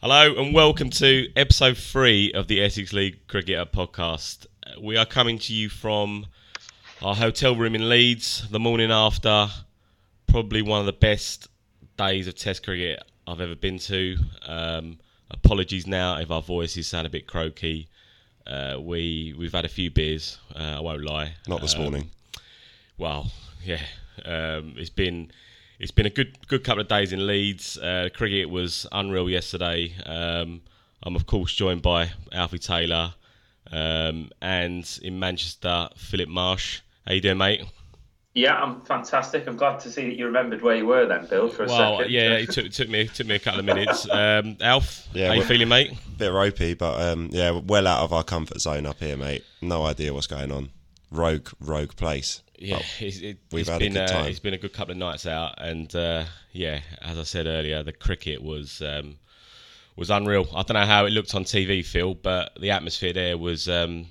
Hello and welcome to episode three of the Essex League Cricketer podcast. Uh, We are coming to you from our hotel room in Leeds the morning after probably one of the best days of Test cricket I've ever been to. Um, apologies now if our voices sound a bit croaky. Uh, we we've had a few beers. Uh, I won't lie. Not this Um, morning. well, yeah, um, it's been it's been a good good couple of days in Leeds. Uh, cricket was unreal yesterday. Um, I'm of course joined by Alfie Taylor, um, and in Manchester, Philip Marsh. How you doing, mate? Yeah, I'm fantastic. I'm glad to see that you remembered where you were then, Bill, for a Well, second. yeah, it took took me took me a couple of minutes. Um, Alf, Yeah, how you well- feeling, mate? Bit ropey, but um, yeah, we're well out of our comfort zone up here, mate. No idea what's going on. Rogue, rogue place. Yeah, it's, it, we've has had a been good uh, time. it's been a good couple of nights out, and uh, yeah, as I said earlier, the cricket was um, was unreal. I don't know how it looked on TV, Phil, but the atmosphere there was, um,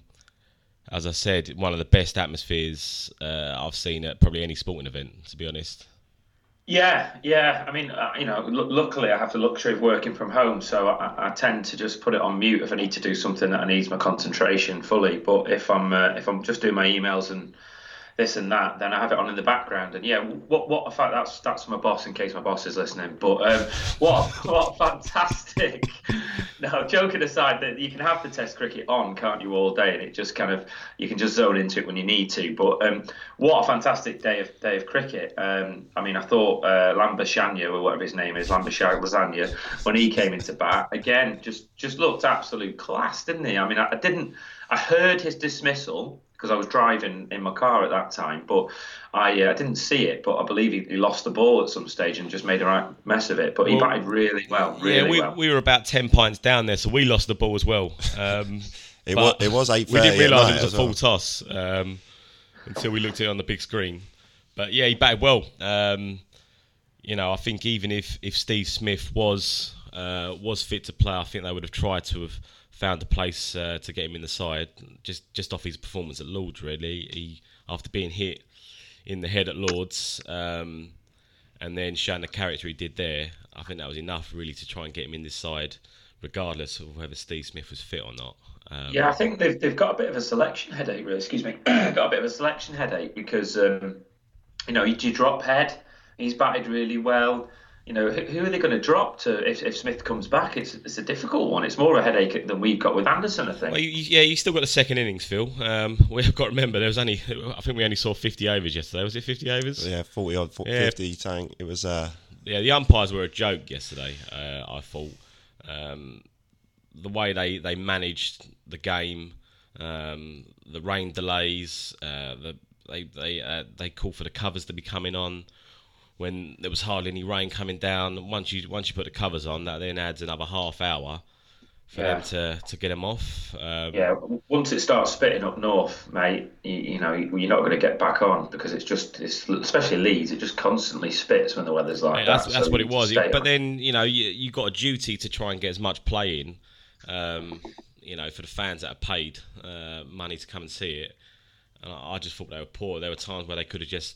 as I said, one of the best atmospheres uh, I've seen at probably any sporting event. To be honest, yeah, yeah. I mean, uh, you know, lu luckily I have the luxury of working from home, so I, I tend to just put it on mute if I need to do something that I need my concentration fully. But if I'm uh, if I'm just doing my emails and this and that, then I have it on in the background. And yeah, what what a fact that's that's my boss in case my boss is listening. But um, what what fantastic! no, joking aside, that you can have the Test cricket on, can't you, all day, and it just kind of you can just zone into it when you need to. But um, what a fantastic day of day of cricket! Um, I mean, I thought uh, Lambashanya or whatever his name is, Lambashak Lasagna, when he came into bat again, just just looked absolute class, didn't he? I mean, I, I didn't. I heard his dismissal because I was driving in my car at that time, but I uh, didn't see it. But I believe he, he lost the ball at some stage and just made a right mess of it. But he Well, batted really well, really yeah, we, well. we were about ten pints down there, so we lost the ball as well. Um, It was but it was eight We thirty. didn't realise it at night was as a full well. toss um, until we looked at it on the big screen. But yeah, he batted well. Um, you know, I think even if, if Steve Smith was uh, was fit to play, I think they would have tried to have found a place uh, to get him in the side just just off his performance at Lords. Really, he after being hit in the head at Lords. Um, and then showing the character he did there, I think that was enough really to try and get him in this side, regardless of whether Steve Smith was fit or not. Um, Yeah, I think they've, they've got a bit of a selection headache, really. Excuse me. got a bit of a selection headache because, um, you know, you, you drop head. He's batted really well. You know, who, who are they going to drop to if, if Smith comes back? It's, it's a difficult one. It's more of a headache than we've got with Anderson, I think. Well, you, you- yeah, you still got the second innings, Phil. Um, we've got to remember there was only, I think we only saw 50 overs yesterday. Was it 50 overs? Yeah, forty odd, 40, Yeah. fifty tank. It was uh, yeah, the umpires were a joke yesterday. Uh, I thought um, the way they, they managed the game, um, the rain delays, uh, the they they uh, they called for the covers to be coming on when there was hardly any rain coming down. And Once you once you put the covers on, that then adds another half hour for Yeah. them to, to get them off. Um, Yeah, w- once it starts spitting up north, mate, you, you know, you're not going to get back on because it's just, it's especially Leeds, it just constantly spits when the weather's like Yeah, that. that's, that's so what you it was. stay But on. then you know you you got a duty to try and get as much play in, um, you know, for the fans that have paid uh, money to come and see it. And I, I just thought they were poor. There were times where they could have just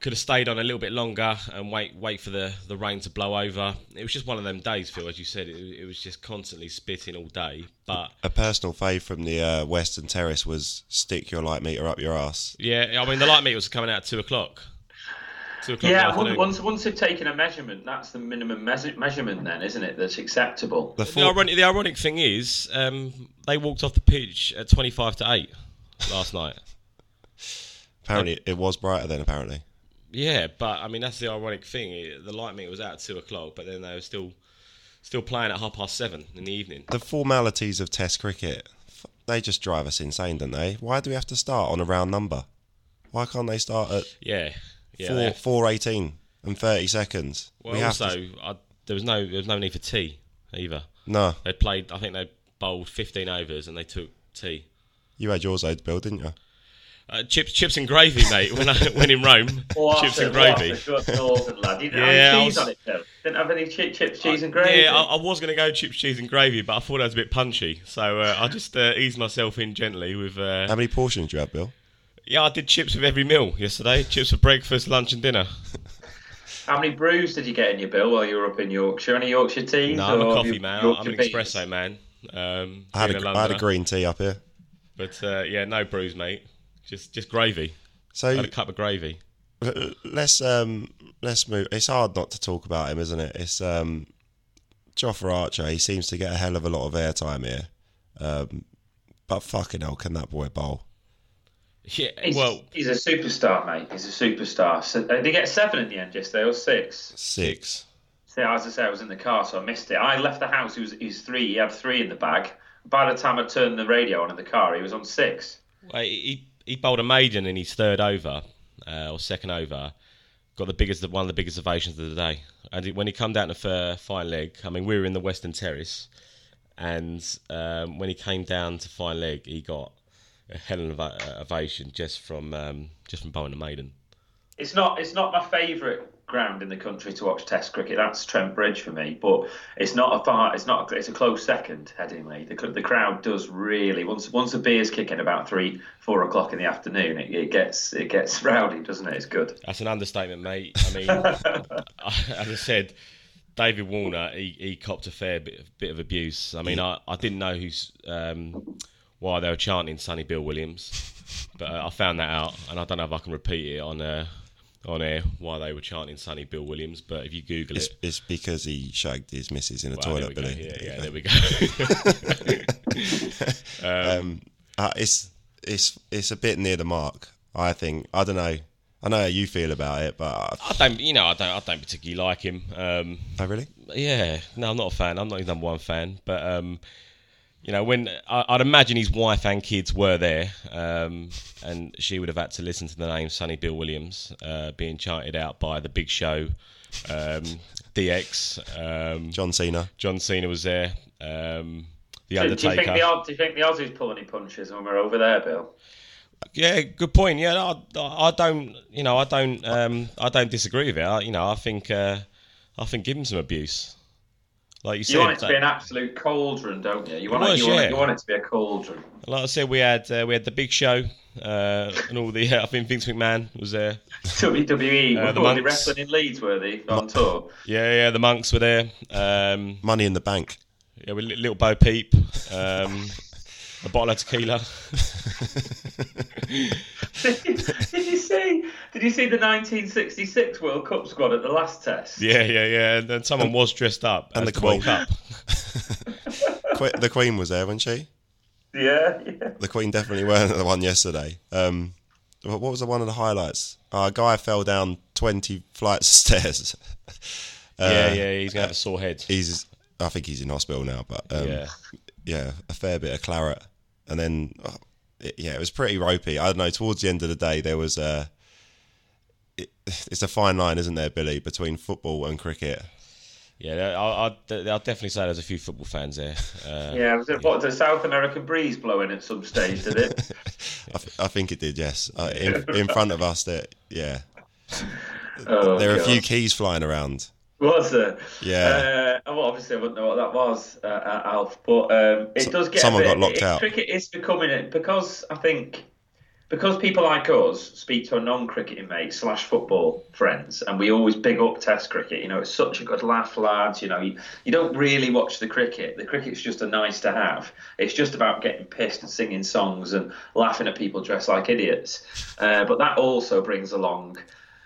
could have stayed on a little bit longer and wait wait for the, the rain to blow over. It was just one of them days, Phil. As you said, it, it was just constantly spitting all day. But a personal fave from the uh, Western Terrace was stick your light meter up your ass. yeah, I mean the light meters were coming out at two o'clock. Two o'clock. in the Yeah, afternoon. on- once once they've taken a measurement, that's the minimum meas- measurement, then, isn't it? That's acceptable. The The four, ironic, the ironic thing is, um, they walked off the pitch at 25 to 8 last night. apparently it was brighter then. Apparently, Yeah, but I mean, that's the ironic thing. It- The light meter was out at 2 o'clock, but then they were still still playing at half past 7 in the evening. the formalities of Test cricket, f- they just drive us insane, don't they? Why do we have to start on a round number? Why can't they start at Yeah. yeah four they- four eighteen and thirty seconds? well, we have also, to, I, there, was no, there was no need for tea either. no. They played, I think they bowled 15 overs and they took tea. You had yours though, Bill, didn't you? Uh, chips, chips and gravy, mate. When I when in Rome, chips and Oh, What gravy. a good northern lad. You didn't Yeah, have I any was- cheese on it, though. Didn't have any chi- chips, cheese, and gravy. Yeah, I, I was going to go chips, cheese, and gravy, but I thought that was a bit punchy, so uh, I just uh, eased myself in gently with. Uh, How many portions do you have, Bill? yeah, I did chips with every meal yesterday. Chips for breakfast, lunch, and dinner. How many brews did you get in your bill while you were up in Yorkshire? Any Yorkshire teas? No, I'm or a have coffee you- man. Yorkshire I'm an beers? espresso man. Um, I had, being a a, I had a Londoner. green tea up here. But uh, yeah, no brews, mate. Just just gravy. So Had a cup of gravy. l- let's um, let's move. It's hard not to talk about him, isn't it? It's um, Joffre Archer. He seems to get a hell of a lot of airtime here, um, but fucking hell, can that boy bowl? Yeah, He's, well, he's a superstar, mate. He's a superstar. So, did he get seven in the end yesterday or six? Six. See, as I say, I was in the car, so I missed it. I left the house. He was, he was three. He had three in the bag. By the time I turned the radio on in the car, he was on six. Well, he he bowled a maiden in his third over uh, or second over, got the biggest one of the biggest ovations of the day. And it- when he come down to the fine leg, I mean we were in the Western Terrace, and um, when he came down to fine leg, he got a hell of an uh, ovation just from um, just from bowling a maiden. It's not it's not my favourite ground in the country to watch Test cricket. That's Trent Bridge for me, but it's not a far. It's not. It's a close second. Headingley. The cl- the crowd does really once once the beers kick in about three four o'clock in the afternoon. It, it gets it gets rowdy, doesn't it? It's good. That's an understatement, mate. I mean, as I said, David Warner, he, he copped a fair bit, of- bit of abuse. I mean, I, I didn't know who's um, why they were chanting Sonny Bill Williams, but uh, I found that out, and I don't know if I can repeat it on uh, on air why they were chanting Sonny Bill Williams. But if you Google It's, it, it's because he shagged his missus in a well, there toilet, we go. Billy. Yeah, There you yeah, go. there we go. Uh, it's it's it's a bit near the mark. I think. I don't know. I know how you feel about it, but uh, I don't, you know, I don't, I don't particularly like him. Um, I oh, really. Yeah, no, I'm not a fan. I'm not his number one fan, but um, you know, when I, I'd imagine his wife and kids were there, um, and she would have had to listen to the name Sonny Bill Williams uh, being chanted out by the Big Show, um, DX, um, John Cena. John Cena was there, um, the Do, do you think Undertaker. the Au- do you think the Aussies pull any punches when we're over there, Bill? yeah, good point. Yeah, I, I I don't, you know, I don't, um, I don't disagree with it. I, you know, I think, uh, I think give him some abuse, like you said. You want it to that- be an absolute cauldron, don't you? You It want it, was, you, want yeah. it, you want it to be a cauldron. Like I said, we had uh, we had the Big Show uh, and all the. I think Vince McMahon was there. WWE, Uh, the E were they monks. wrestling in Leeds, were they on tour? Yeah, yeah, the monks were there. Um, Money in the bank. yeah, with li- little Bo Peep, um, a bottle of tequila. did you see? Did you see the 1966 World Cup squad at the last test? Yeah, yeah, yeah. And then someone was dressed up and and as the the World Queen. Cup. Que- the Queen was there, wasn't she? yeah, yeah. The Queen definitely weren't the one yesterday. Um, what what was the one of the highlights? Uh, a guy fell down twenty flights of stairs. Uh, yeah, yeah. He's gonna have a sore head. He's. I think he's in hospital now, but um, yeah. yeah, a fair bit of claret, and then oh, it, yeah, it was pretty ropey. I don't know. Towards the end of the day, there was a. It, it's a fine line, isn't there, Billy, between football and cricket? Yeah, I- I'd, I'll definitely say there's a few football fans there. Uh, Yeah, was it, what the South American breeze blowing at some stage? Did it? I, th- I think it did. Yes, uh, in, in front of us, there. Yeah, Oh, there are a God. few keys flying around. Was there? Yeah. Uh, well, obviously, I wouldn't know what that was, uh, uh, Alf. But um, it So- does get. a someone bit- got locked it- out. Cricket is becoming it because I think because people like us speak to our non-cricketing mates slash football friends, and we always big up Test cricket. You know, it's such a good laugh, lads. You know, you, you don't really watch the cricket. The cricket's just a nice to have. It's just about getting pissed and singing songs and laughing at people dressed like idiots. Uh, but that also brings along.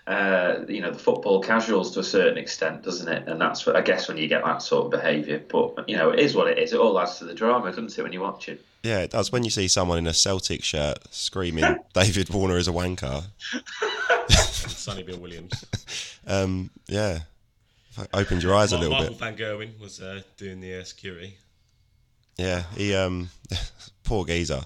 Uh, you know the football casuals to a certain extent, doesn't it? And that's what I guess when you get that sort of behaviour. But you know it is what it is. It all adds to the drama, doesn't it? When you watch it. Yeah, it does. When you see someone in a Celtic shirt screaming, "David Warner is a wanker," Sonny Bill Williams. um, yeah, F- opened your eyes a little Michael bit. Van Gerwen was uh, doing the uh, security. Yeah, he um, poor geezer.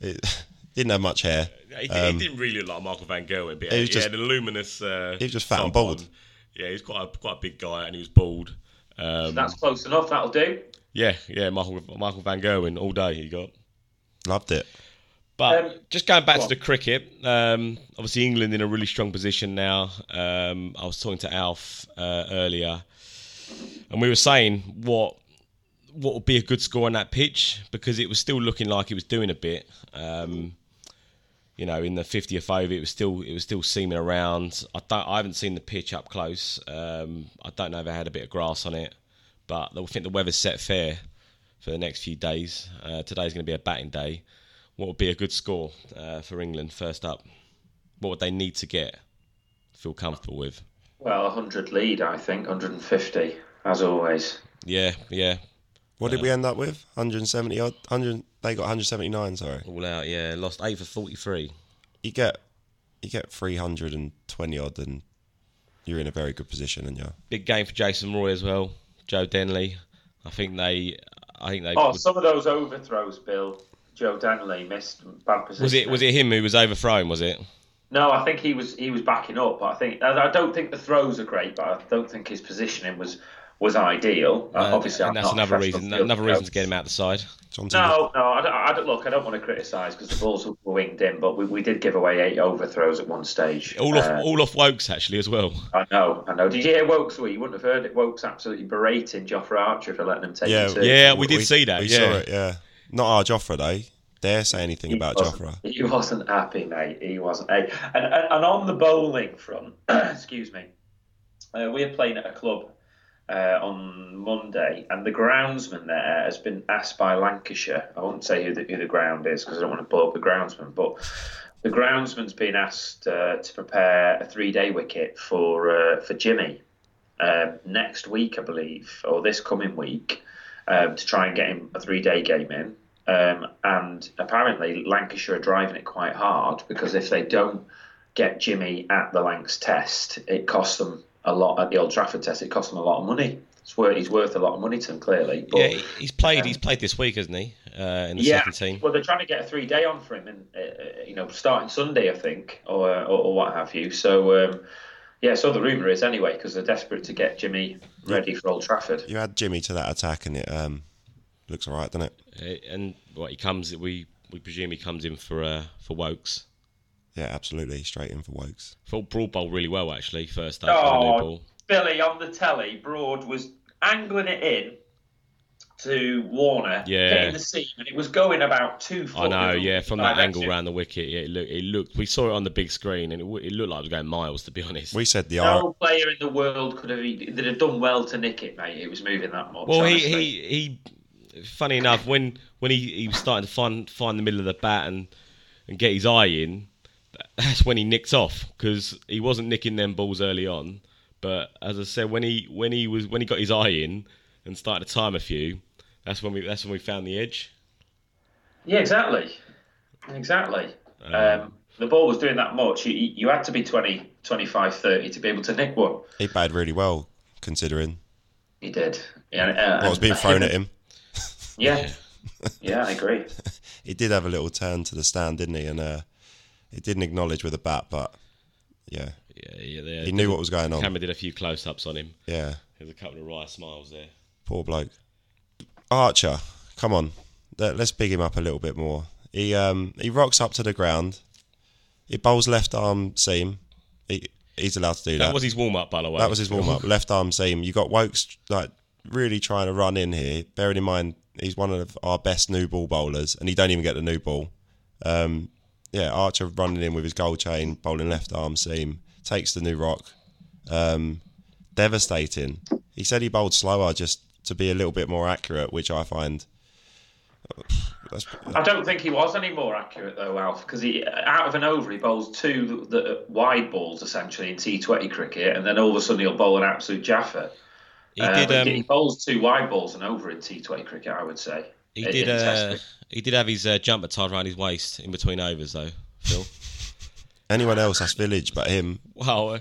It, didn't have much hair. He, he didn't really look like Michael Van Gerwen, but Um, he he, was just- had a luminous. Uh, he was just fat and top bald. on. Yeah, he was quite a, quite a big guy, and he was bald. Um, That's close enough. That'll do. yeah, yeah, Michael Michael Van Gerwen all day he got. Loved it. But Um, just going back go to on. the cricket, um, obviously England in a really strong position now. Um, I was talking to Alf uh, earlier, and we were saying what what would be a good score on that pitch because it was still looking like it was doing a bit. Um, you know, in the 50th over, it was still it was still seaming around. I don't, I haven't seen the pitch up close. Um, I don't know if it had a bit of grass on it, but I think the weather's set fair for the next few days. Uh, today's going to be a batting day. What would be a good score uh, for England first up? What would they need to get? Feel comfortable with? Well, 100 lead, I think, 150, as always. Yeah, yeah, What did we end up with? 170 odd. 100. They got 179. Sorry. all out. Yeah, lost eight for 43. You get you get 320 odd, and you're in a very good position, and you're Big game for Jason Roy as well. Joe Denley. I think they. I think they. Oh, was, some of those overthrows, Bill. Joe Danley missed bad position. was it was it him who was overthrown? Was it? No, I think he was he was backing up. I think I I don't think the throws are great, but I don't think his positioning was was ideal. Uh, Obviously, and I'm that's not a another professional reason. field Another reason to coach. get him out the side. Johnson. No, no. I don't, I don't- look. I don't want to criticise because the balls were winged in, but we, we did give away eight overthrows at one stage. All off Uh, all off Wokes actually as well. I know, I know. Did you hear Wokes? Well, you wouldn't have heard it. Wokes absolutely berating Joffrey Archer for letting him take Yeah, him to. Yeah, we did see that. We yeah. saw it. Yeah. Not our Joffre though. Dare say anything He about wasn't- Joffre? He wasn't happy, mate. He wasn't. Hey, and, and, and on the bowling front, excuse me, uh, we are playing at a club uh, on Monday, and the groundsman there has been asked by Lancashire. I won't say who the, who the ground is because I don't want to blow up the groundsman, but the groundsman's been asked uh, to prepare a three-day wicket for uh, for Jimmy um, next week, I believe, or this coming week, um, to try and get him a three-day game in. Um, and apparently, Lancashire are driving it quite hard because if they don't get Jimmy at the Lancs test, it costs them a lot at the Old Trafford test. It costs them a lot of money. It's worth, he's worth a lot of money to them, clearly. But, Yeah, he's played. He's played this week, hasn't he? Uh, in the yeah, second team. well, they're trying to get a three day on for him, and uh, uh, you know, starting Sunday, I think, or uh, or, or what have you. So, um, yeah, so the rumor is anyway, because they're desperate to get Jimmy ready for Old Trafford. You add Jimmy to that attack, and it um, looks all right, doesn't it? Uh, And what he comes, we we presume he comes in for uh, for Wokes. Yeah, absolutely. Straight in for Wokes. Thought Broad bowled really well actually. First up, for the new Oh, ball. Billy on the telly, Broad was angling it in to Warner, Yeah. hitting the seam, and it was going about two foot. I know, in all yeah, from that angle directions. round the wicket, yeah, it looked, it looked. We saw it on the big screen, and it, w- it looked like it was going miles. To be honest, We said the No player in the world could have they'd have done well to nick it, mate. It was moving that much. well, he, honestly. he he. Funny enough, when when he, he was starting to find find the middle of the bat and and get his eye in, that's when he nicked off because he wasn't nicking them balls early on. But as I said, when he when he was when he got his eye in and started to time a few, that's when we that's when we found the edge. Yeah, exactly. Exactly. Uh, Um, the ball was doing that much. You, you had to be 20, 25, 30 to be able to nick one. He batted really well, considering He did. Yeah, and, uh, what was being and- thrown at him. Yeah. Yeah, I agree. He did have a little turn to the stand, didn't he? And uh, he didn't acknowledge with a bat, but yeah, Yeah, yeah. there- he knew what was going the on. camera did a few close ups on him. Yeah, There's a couple of wry smiles there. poor bloke. Archer, come on, Let, let's big him up a little bit more. He um he rocks up to the ground. He bowls left arm seam. He, he's allowed to do that. That was his warm up, by the way. That was his warm up. Left arm seam. You got Wokes like really trying to run in here. Bearing in mind he's one of our best new ball bowlers, and he don't even get the new ball. Um, yeah, Archer running in with his goal chain, bowling left arm seam, takes the new rock. Um, devastating. He said he bowled slower just to be a little bit more accurate, which I find. That's, I don't think he was any more accurate though, Alf, because he out of an over he bowls two the, wide balls essentially in T20 cricket, and then all of a sudden he'll bowl an absolute jaffer. He Uh, did. Um, he bowls two wide balls and over in T20 cricket, I would say. He in- did. in Test Uh, cricket. he did have his uh, jumper tied around his waist in between overs, though. Phil. anyone else? That's village, but him. wow.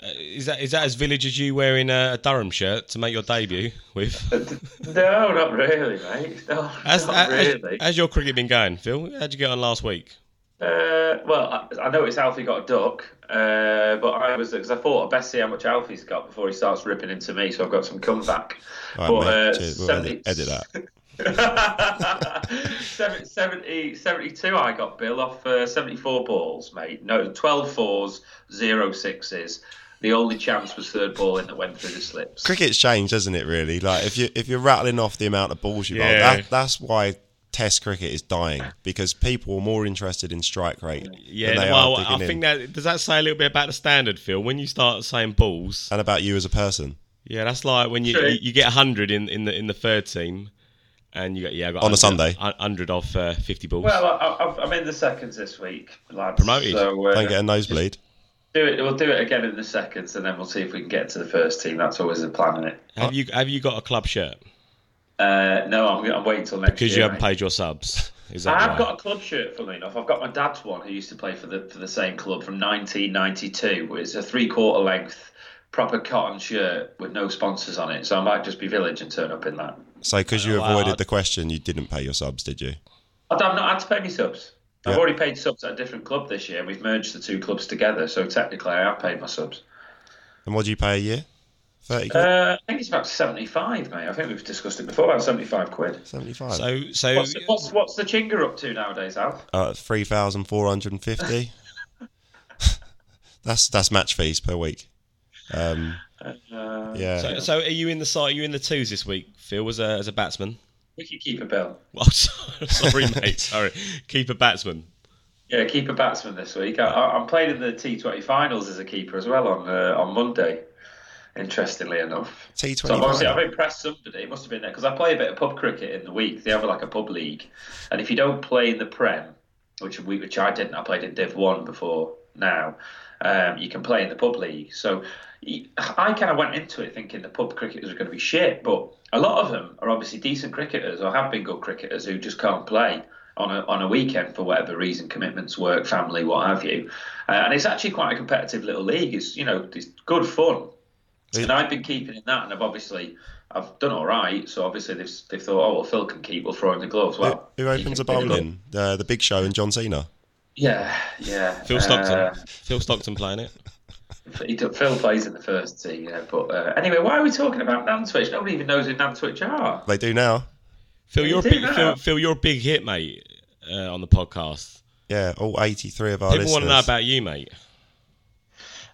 Uh, is that is that as village as you wearing a Durham shirt to make your debut with? No, not really, mate. No, As, uh, not as, really. as your cricket been going, Phil? How'd you get on last week? uh, well, I, I noticed Alfie got a duck, uh, but I was because I thought I'd best see how much Alfie's got before he starts ripping into me, so I've got some comeback. All But, right, mate. uh, Cheers. We'll 70 edit, edit that. 70, 70 72 I got Bill off uh, 74 balls, mate. No, 12 fours, zero sixes. The only chance was third ball in that went through the slips. cricket's changed, hasn't it? Really, like if you if you're rattling off the amount of balls you bowl, Yeah. that, that's why Test cricket is dying because people are more interested in strike rate. Yeah, than they well, are I digging in. think that does that say a little bit about the standard, Phil. When you start saying balls, and about you as a person yeah, that's like when you True. you, you get hundred in, in the in the third team, and you go, yeah, I got On 100 a Sunday. hundred off uh, fifty balls. Well, I, I've, I'm in the seconds this week, lads. Promoted. So uh, don't get a nosebleed. do it. We'll do it again in the seconds, and then we'll see if we can get to the first team. That's always the plan, is it? have you have you got a club shirt Uh, no, I'm, I'm waiting till next because you year. haven't paid your subs? Is that I've right? got a club shirt, funnily enough. I've got my dad's one, who used to play for the for the same club from 1992. It's a three quarter length, proper cotton shirt with no sponsors on it. So I might just be village and turn up in that. So, because you Wow. avoided the question, you didn't pay your subs, did you? I've I've not had to pay any subs. I've Yeah. already paid subs at a different club this year. We've merged the two clubs together, so technically I have paid my subs. And what do you pay a year? Thirty, quid? Uh, I think it's about 75, mate. I think we've discussed it before, about 75 quid. seventy-five. So so What's, what's, what's the Chinga up to nowadays, Al? uh, three thousand four hundred and fifty. that's that's match fees per week. Um, Uh, yeah, so, so are you in the side? Are you in the twos this week, Phil, as a as a batsman? Wicket keeper Bill. Well, sorry, mate. Sorry, keeper batsman. Yeah, keeper batsman this week. I, I, I'm playing in the T20 finals as a keeper as well on uh, on Monday. Interestingly enough, T so twenty I've obviously I've five. impressed somebody. It must have been there because I play a bit of pub cricket in the week. They have like a pub league, and if you don't play in the Prem, which we which I didn't, I played in Div One before now. Um, you can play in the pub league. So y- I kind of went into it thinking the pub cricketers are going to be shit, but a lot of them are obviously decent cricketers or have been good cricketers who just can't play on a, on a weekend for whatever reason, commitments, work, family, what have you. Uh, and it's actually quite a competitive little league. It's you know it's good fun. And I've been keeping in that, and I've obviously I've done all right. So obviously they've, they've thought, oh well, Phil can keep. We'll throw him the gloves. Who, Well, who he opens a can pick 'em up. bowling? Uh, the Big Show and John Cena. Yeah, yeah. Phil Uh, Stockton. Phil Stockton playing it. He do- Phil plays in the first team, yeah. But uh, anyway, why are we talking about Nantwich? Nobody even knows who Nantwich are. They do now. Phil, You you're a do big, that. Phil, Phil, you're a big hit, mate, uh, on the podcast. Yeah, all eighty-three Oh, of our People want to know listeners. about you, mate.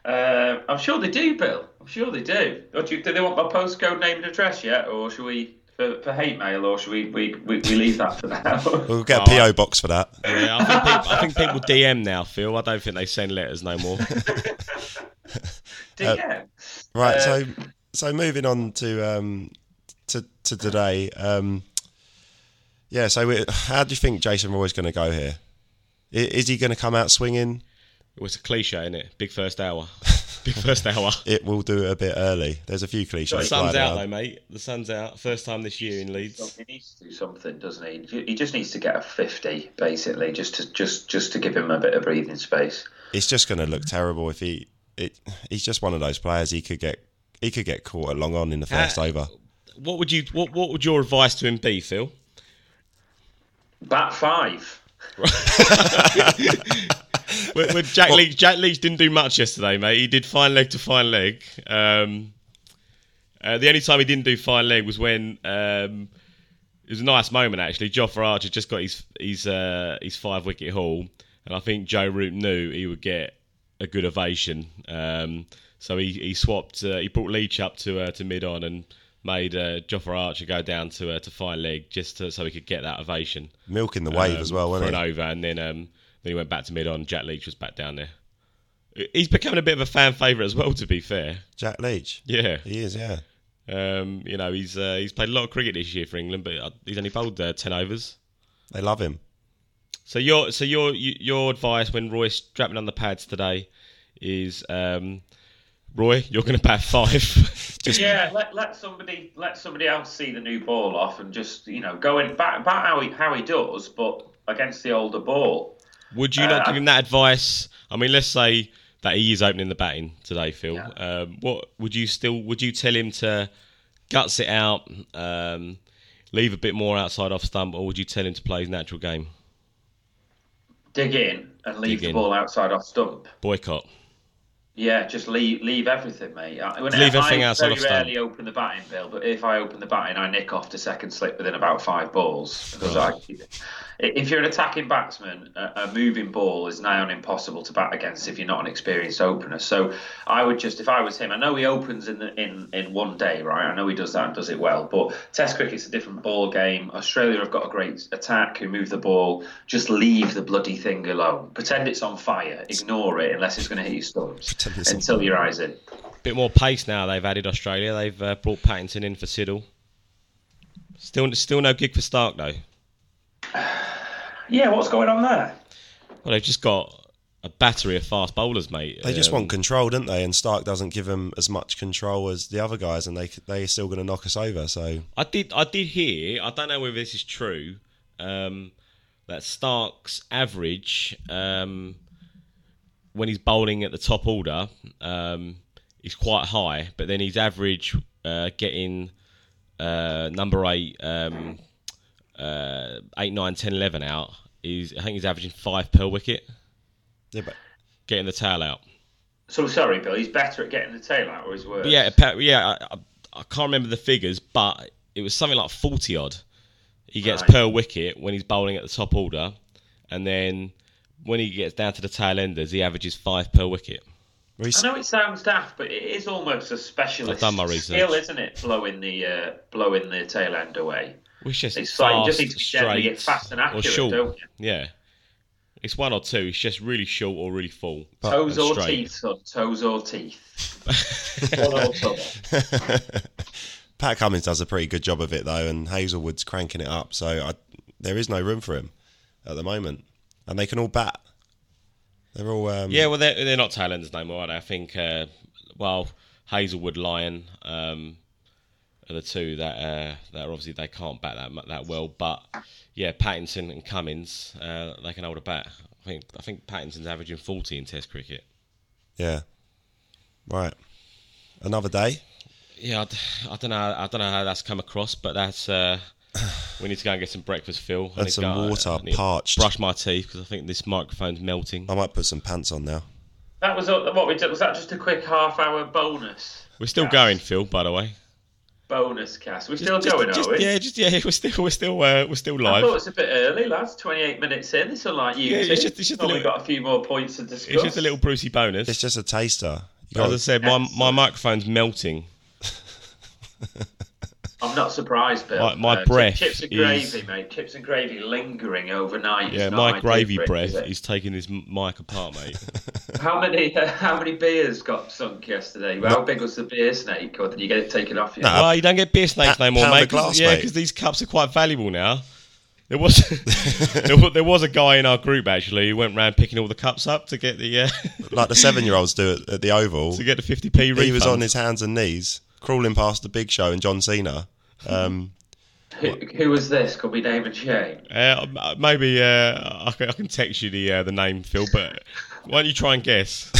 Uh, I'm sure they do, Bill. I'm sure they do. Or do, you, do they want my postcode, name, and address yet, or should we for, for hate mail, or should we we, we, we leave that for now? We'll get a Oh, PO box for that. Yeah, I, think people, I think people DM now, Phil. I don't think they send letters no more. DM. Right. Uh, so so moving on to um to to today. Um, yeah. So we, how do you think Jason Roy's going to go here? I- Is he going to come out swinging? It was a cliche, isn't it? Big first hour. Big first hour. It will do it a bit early. There's a few The cliches. sun's flying out, around. though, mate. The sun's out. First time this year in Leeds. He needs to do something, doesn't he? He- He just needs to get a fifty, basically, just to just just to give him a bit of breathing space. It's just going to look terrible if he. It, he's just one of those players. He could get he could get caught at long on in the first Uh, over. What would you? What What would your advice to him be, Phil? Bat five. Well, well, Jack Leach, Jack Leach didn't do much yesterday, mate. He did fine leg to fine leg. Um, uh, the only time he didn't do fine leg was when um, it was a nice moment actually. Joffre Archer just got his his uh, his five wicket haul, and I think Joe Root knew he would get a good ovation. Um, so he he swapped uh, he brought Leach up to uh, to mid on and made uh, Joffre Archer go down to uh, to fine leg just to, so he could get that ovation Milking the wave um, as well, for wasn't an he? over, and then um, then he went back to mid on. Jack Leach was back down there. He's becoming a bit of a fan favourite as well, to be fair. Jack Leach. Yeah, He is, yeah. um, you know he's uh, he's played a lot of cricket this year for England, but uh, he's only bowled uh, ten overs. They love him. So your so your y- your advice when Roy's strapping on the pads today is, um, Roy, you're going to bat five. Just Yeah, let, let somebody let somebody else see the new ball off and just you know go in back back how he how he does, but against the older ball. Would you not Uh, give him that advice? I mean, let's say that he is opening the batting today, Phil. Um, what would you still? Would you tell him to guts it out, um, leave a bit more outside off stump, or would you tell him to play his natural game? dig in and leave Dig the in. ball outside off stump. Boycott. Yeah, just leave leave everything, mate. I, when Leave I, everything I outside very of stand. rarely open the batting bill, but if I open the batting, I nick off the second slip within about five balls because I, if you're an attacking batsman, a, a moving ball is nigh on impossible to bat against if you're not an experienced opener. So I would just, if I was him, I know he opens in the, in in one day, right? I know he does that and does it well, but Test cricket's a different ball game. Australia have got a great attack who move the ball. Just leave the bloody thing alone. Pretend it's on fire. Ignore it unless it's going to hit your stumps Pretend it's on until your eyes in. Bit more pace now. They've added Australia. They've uh, brought Pattinson in for Siddle. Still, still no gig for Stark though. Yeah, what's going on there? Well, they've just got a battery of fast bowlers, mate. They just Um, want control, don't they? And Stark doesn't give them as much control as the other guys, and they they're still going to knock us over. So I did. I did hear. I don't know whether this is true. Um, that Stark's average um, when he's bowling at the top order um, is quite high, but then his average uh, getting uh, number eight, um, uh, eight, nine, ten, eleven out is I think he's averaging five per wicket, yeah, but getting the tail out. So sorry, Bill. He's better at getting the tail out, or he's worse. But yeah, appa- yeah. I, I, I can't remember the figures, but it was something like forty odd. He gets Right. per wicket when he's bowling at the top order, and then when he gets down to the tail enders, he averages five per wicket. well, I he's- know it sounds daft, but it is almost a specialist I've done my skill, research. isn't it? Blowing the uh, blowing the tail end away. Which just It's fast, like you just need to be generally straight, fast and accurate, or short. don't you? Yeah, it's one or two. It's just really short or really full. Toes and or straight. teeth, son. Toes or teeth. One or the other. Pat Cummins does a pretty good job of it though, and Hazelwood's cranking it up. So I, there is no room for him at the moment, and they can all bat. They're all um, Yeah, well, they're, they're not tail enders no more. Are they? I think, uh, well, Hazelwood, Lyon um, are the two that uh, that are obviously they can't bat that mu- that well. But yeah, Pattinson and Cummins, uh, they can hold a bat. I think I think Pattinson's averaging forty in Test cricket. yeah. Right, another day. Yeah, I, d- I don't know. I don't know how that's come across, but that's. Uh, we need to go and get some breakfast, Phil. I And need to some go- uh, I- I water, need to parched. Brush my teeth because I think this microphone's melting. I might put some pants on now. That was all- what we did. Was that just a quick half-hour bonus? We're still Yes. going, Phil. By the way, Bonus cast. We're still Just- going, just- are we? Yeah, just yeah. We're still we're still uh, we're still I live. thought it was a bit early, lads. Twenty-eight minutes in. It's unlike you. Yeah, two. it's just- it's just a Only little- got a few more points to discuss. It's just a little Brucey bonus. It's just a taster. You As gotta- I said, my, my microphone's melting. I'm not surprised, Bill. Uh, My- my chi- breath Chips and is- gravy, mate. Chips and gravy lingering overnight. is Yeah, not my ideal gravy for it, breath is it? is taking this m- mic apart, mate. How many uh, how many beers got sunk yesterday? Well, How big was the beer snake, or did you get it taken off you? No. well, you don't get beer snakes Pa- no more, pound the mate. 'cause- glass, yeah, mate. because these cups are quite valuable now. There was there, was there was a guy in our group actually who went round picking all the cups up to get the uh, like the seven-year-olds do at, at the Oval. to get the fifty p refund. he was on his hands and knees, crawling past the Big Show and John Cena. Um, Who, who was this? Could be name and shame. Uh, m- maybe uh, I, can, I can text you the uh, the name, Phil. But why don't you try and guess?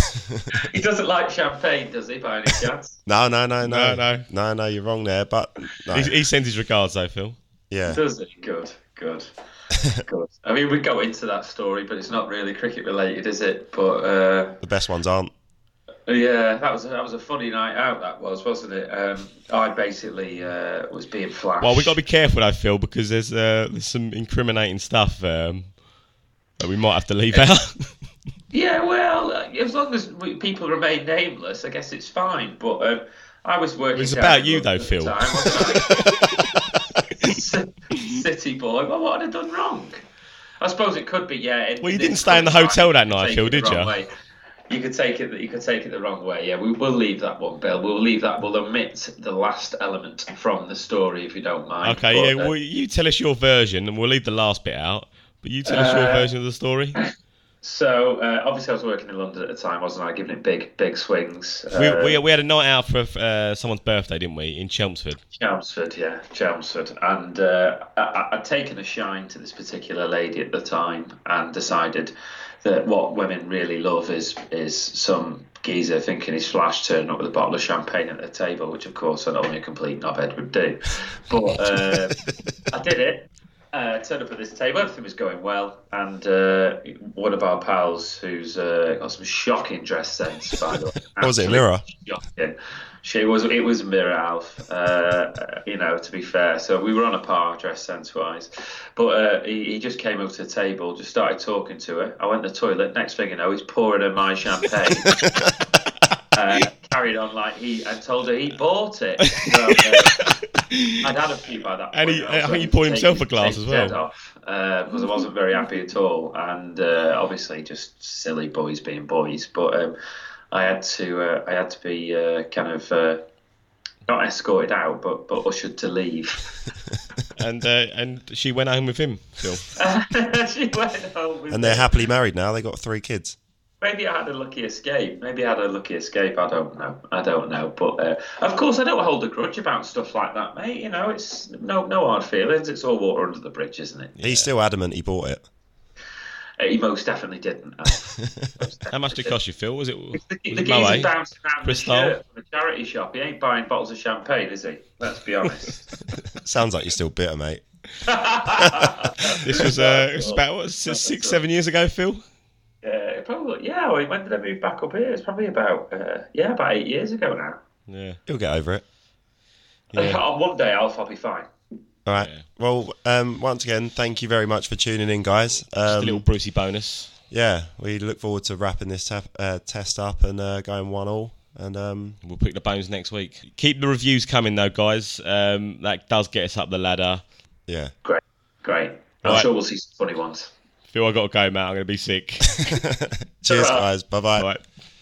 He doesn't like champagne, does he? By any chance? no, no, no, No, no, no. no, no. You're wrong there, but no, he, he sends his regards though, Phil. yeah. Does he? Good, good, good. I mean, we go into that story, but it's not really cricket related, is it? But. Uh, The best ones aren't. Yeah, that was that was a funny night out. That was, wasn't it? Um, I basically uh, was being flashed. Well, we got to be careful though, Phil, because there's uh, there's some incriminating stuff um, that we might have to leave out. Yeah, well, uh, as long as we, people remain nameless, I guess it's fine. But um, I was working. was down about in you London though, at Phil. the time, wasn't I? C- City boy. Well, what had I done wrong? I suppose it could be. Yeah. in- Well, you in didn't stay in the hindsight, hotel that you could night, take Phil, it the did wrong you? way. You could take it. You could take it the wrong way. Yeah, we will leave that one, Bill. We'll leave that. We'll omit the last element from the story, if you don't mind. okay, But, yeah. uh, Well, you tell us your version, and we'll leave the last bit out. But you tell us your Uh, version of the story. So uh, obviously, I was working in London at the time, wasn't I? Giving it big, big swings. We, Uh, we, we had a night out for uh, someone's birthday, didn't we, in Chelmsford? Chelmsford, yeah, Chelmsford, and uh, I- I, I'd taken a shine to this particular lady at the time, and decided that what women really love is is some geezer thinking he's flash turning up with a bottle of champagne at their table, which of course I know only a complete knobhead would do, but uh, I did it. uh, turned up at this table. Everything was going well, and uh, one of our pals, who's uh, got some shocking dress sense, by the way. What was it, Absolutely Mira? Shocking. She was. It was Mira Alf. Uh, you know, to be fair. So we were on a par dress sense wise, but uh, he, he just came up to the table, just started talking to her. I went to the toilet. Next thing you know, he's pouring her my champagne. uh, carried on like he. I told her he bought it. So, uh, I'd had a few by that. And point, he- though, I think so he poured himself take- a glass take as well. the head off, uh, because I wasn't very happy at all, and uh, obviously just silly boys being boys. But um, I had to, uh, I had to be uh, kind of uh, not escorted out, but but ushered to leave. and uh, and she went home with him. Still, she went home. With And they're me. happily married now. They got three kids. Maybe I had a lucky escape. Maybe I had a lucky escape. I don't know. I don't know. But uh, of course, I don't hold a grudge about stuff like that, mate. You know, it's no no hard feelings. It's all water under the bridge, isn't it? He's still adamant he bought it. Uh, He most definitely didn't. how much did it cost you, Phil? Was it? Was The, the it eh? geezer's Moe? bouncing around the Crystal? shirt from a charity shop. He ain't buying bottles of champagne, is he? Let's be honest. Sounds like you're still bitter, mate. This was uh, it was Oh, about what, six, six, seven years ago, Phil. yeah, probably. Yeah. Well, when did I move back up here? It's probably about uh, yeah, about eight years ago now. Yeah. He'll get over it. Yeah. On one day, Alf, I'll be fine. All right. Yeah. Well, um, once again, thank you very much for tuning in, guys. Um, Just a little Brucey bonus. yeah, we look forward to wrapping this tap, uh, test up and uh, going one all. And um, We'll pick the bones next week. Keep the reviews coming though, guys. Um, that does get us up the ladder. yeah, Great, great. I'm Right. sure we'll see some funny ones. Phil, I got to go, mate. I'm going to be sick. cheers, guys. Bye bye. All right.